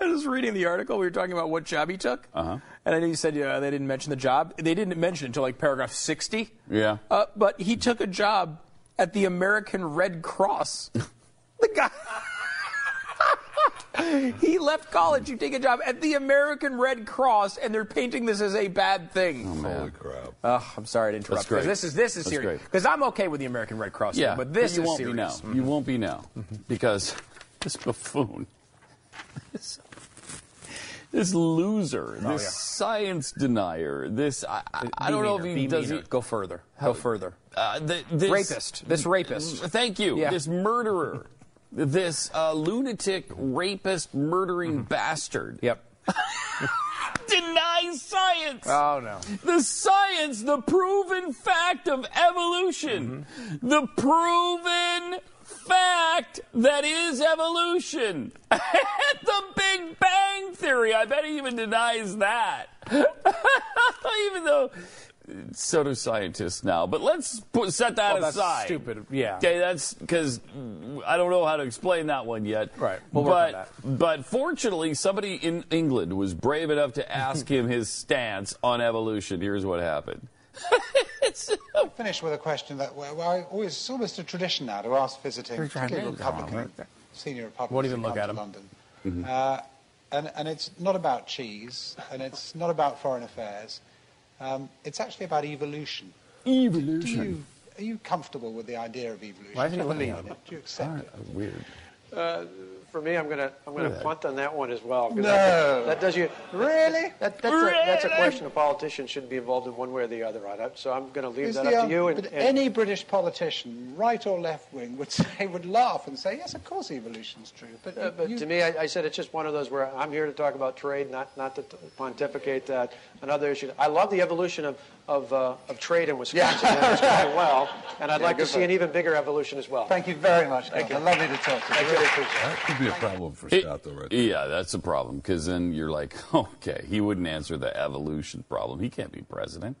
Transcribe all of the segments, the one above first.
I was reading the article. We were talking about what job he took, uh-huh. and I know you said yeah, they didn't mention the job. They didn't mention it until like paragraph sixty. Yeah. Uh, but he took a job at the American Red Cross. the guy. he left college. You take a job at the American Red Cross, and they're painting this as a bad thing. Oh, Holy crap. Ugh, I'm sorry to interrupt. That's great. 'cause This is this is That's serious. great. Because I'm okay with the American Red Cross, Yeah, thing, but this you is won't serious. Mm-hmm. be now. You won't be now because this buffoon, this, this loser, this Oh, yeah. science denier, this I, I, I Be don't know if meaner, he be does meaner. it. Go further. Go further. Uh, th- this, Mm, Rapist. This rapist. Thank you. Yeah. This murderer. this uh, lunatic, rapist, murdering Mm-hmm. bastard. Yep. Denies science. Oh no. the science, the proven fact of evolution, Mm-hmm. the proven fact that is evolution, the Big Bang Theory. I bet he even denies that, even though so do scientists now. But let's put, set that Well, that's aside. stupid. Yeah. Okay, that's because I don't know how to explain that one yet. Right. We'll work on but but fortunately, somebody in England was brave enough to ask him his stance on evolution. Here's what happened. finish with a question that well, I always, it's almost a tradition now to ask visiting particularly Oh, Republican, senior Republicans Won't even who look come at to him. London. Mm-hmm. Uh, and, and it's not about cheese, and it's not about foreign affairs. Um, it's actually about evolution. Do you, are you comfortable with the idea of evolution? Why isn't he Do you looking believe at in it? Do you accept it? Weird. For me, I'm gonna I'm gonna punt on that one as well. 'cause No. that- that does you Really? That, that's, A, that's a Really? question a politician shouldn't be involved in one way or the other. Right? So I'm gonna leave Is that the, up um, to you. And, but and- any British politician, right or left wing, would say would laugh and say, "Yes, of course, evolution's true." But, Uh, but you- to me, I, I said it's just one of those where I'm here to talk about trade, not not to t- pontificate that and other issues. I love the evolution of of, uh, of trade in Wisconsin. It's going well, and I'd Yeah, like to good see one. an even bigger evolution as well. thank you very much. Thank Carter. you. Lovely to talk to you. I really appreciate it. That could be a problem for Scott, though, right? there. Yeah, that's a problem because then you're like, okay, he wouldn't answer the evolution problem. He can't be president.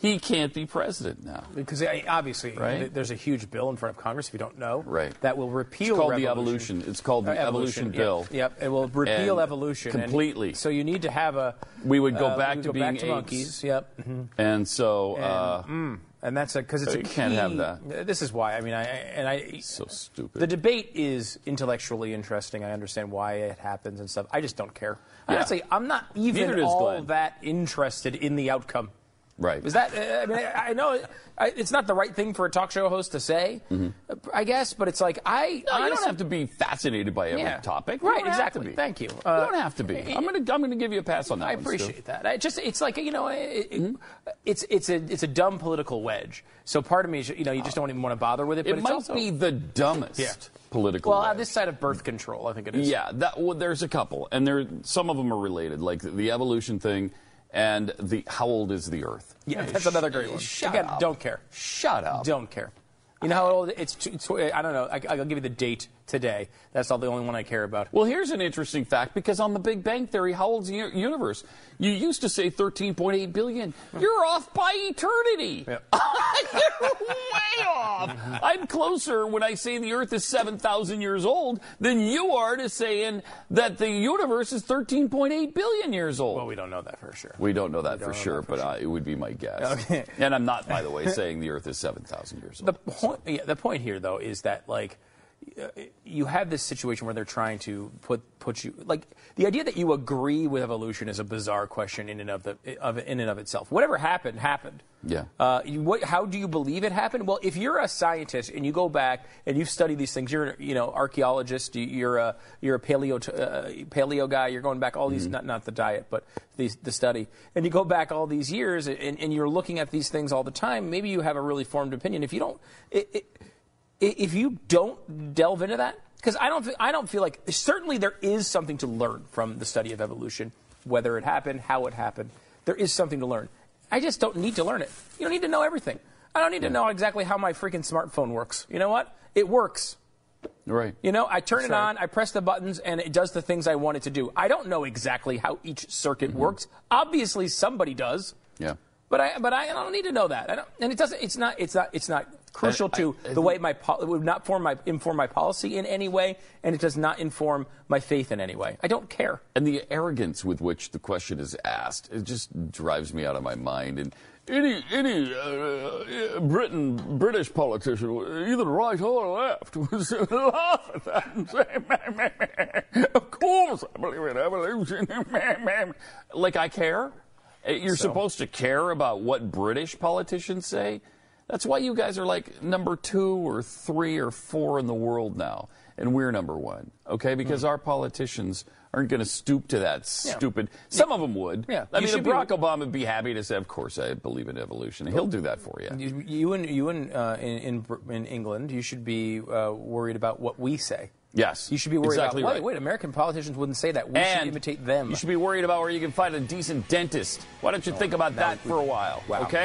He can't be president now. Because I- obviously, Right. th- there's a huge bill in front of Congress, if you don't know, Right. that will repeal It's called the revolution. evolution. It's called the Uh, evolution, yeah. bill. Yep, it will repeal And evolution and- completely. so you need to have a. We would go uh, we back would to go back being to apes. monkeys. Yep, Mhm. And so, uh, and that's because it's Oh, You a can't key- have that. This is why. I mean, I and I. so stupid. The debate is intellectually interesting. I understand why it happens and stuff. I just don't care. Yeah. Honestly, I'm not even Neither does all Glenn. that interested in the outcome. right. Is that? Uh, I mean, I, I know I, it's not the right thing for a talk show host to say, uh, I guess, but it's like I. Mm-hmm. No, you don't honestly- have to be fascinated by every Yeah. topic. You Right, don't have to exactly. be. Thank you. you Uh, don't have to be. I'm gonna I'm gonna give you a pass on that. I one, Stu. Mm-hmm. appreciate that. I just it's like you know it, it- it's it's a it's a dumb political wedge. So part of me is you know you just don't even want to bother with it. but It it's might also, be the dumbest Yeah. political. well on wedge. this side of birth control. I think it is. Yeah, that, well, there's a couple, and there some of them are related, like the evolution thing, and the how old is the Earth? yeah, that's another great one. Shut Again, up. don't care. Shut up. Don't care. You know how old it's? Tw- tw- I don't know. I, I'll give you the date today. That's all the only one I care about. Well, here's an interesting fact because on the Big Bang Theory, how old's the u- universe? You used to say 13.8 billion. You're off by eternity. Yep. You're way off. I'm closer when I say the Earth is 7,000 years old than you are to saying that the universe is 13.8 billion years old. Well, we don't know that for sure. We don't know don't that for know sure, that for but Uh, it would be my guess. Okay. And I'm not, by the way, saying the Earth is 7,000 years old. the point, yeah, the point here though is that like uh, you have this situation where they're trying to put put you like the idea that you agree with evolution is a bizarre question in and of the of in and of itself. Whatever happened happened. Yeah. Uh, you, what, how do you believe it happened? Well, if you're a scientist and you go back and you've studied these things, you're you know archaeologist, you- you're a you're a paleo uh, paleo guy. You're going back all these not not the diet, but these, the study, and you go back all these years and, and you're looking at these things all the time. Maybe you have a really formed opinion. If you don't, it, it, i- if you don't delve into that, because I don't, fe- I don't feel like certainly there is something to learn from the study of evolution, whether it happened, how it happened. There is something to learn. I just don't need to learn it. You don't need to know everything. I don't need to know exactly how my freaking smartphone works. You know what? It works. right. You know, I turn it on, I press the buttons, and it does the things I want it to do. I don't know exactly how each circuit works. Obviously, somebody does. Yeah. But I, but I don't need to know that. I don't, and it doesn't. It's not. It's not. It's not crucial to the way my pol- it would not form my inform my policy in any way, and it does not inform my faith in any way. I don't care. And the arrogance with which the question is asked, it just drives me out of my mind. And any any uh, uh, Britain British politician, either right or left, would laugh at that and say, "Meh, meh, meh. "Of course, I believe in evolution." Meh, meh, meh." like I care. Uh, You're supposed to care about what British politicians say. That's why you guys are like number two or three or four in the world now, and we're number one. Okay, because Hmm. our politicians aren't going to stoop to that stupid. Some of them would. Yeah. I You mean, the should be- Barack Obama would be happy to say, "Of course, I believe in evolution." He'll do that for you. You, you and you and uh, in, in Br- in England, you should be uh, worried about what we say. Yes, you should be worried exactly about. right. Wait, wait, American politicians wouldn't say that. We should and imitate them. You should be worried about where you can find a decent dentist. Why don't you think about that for a while? Okay.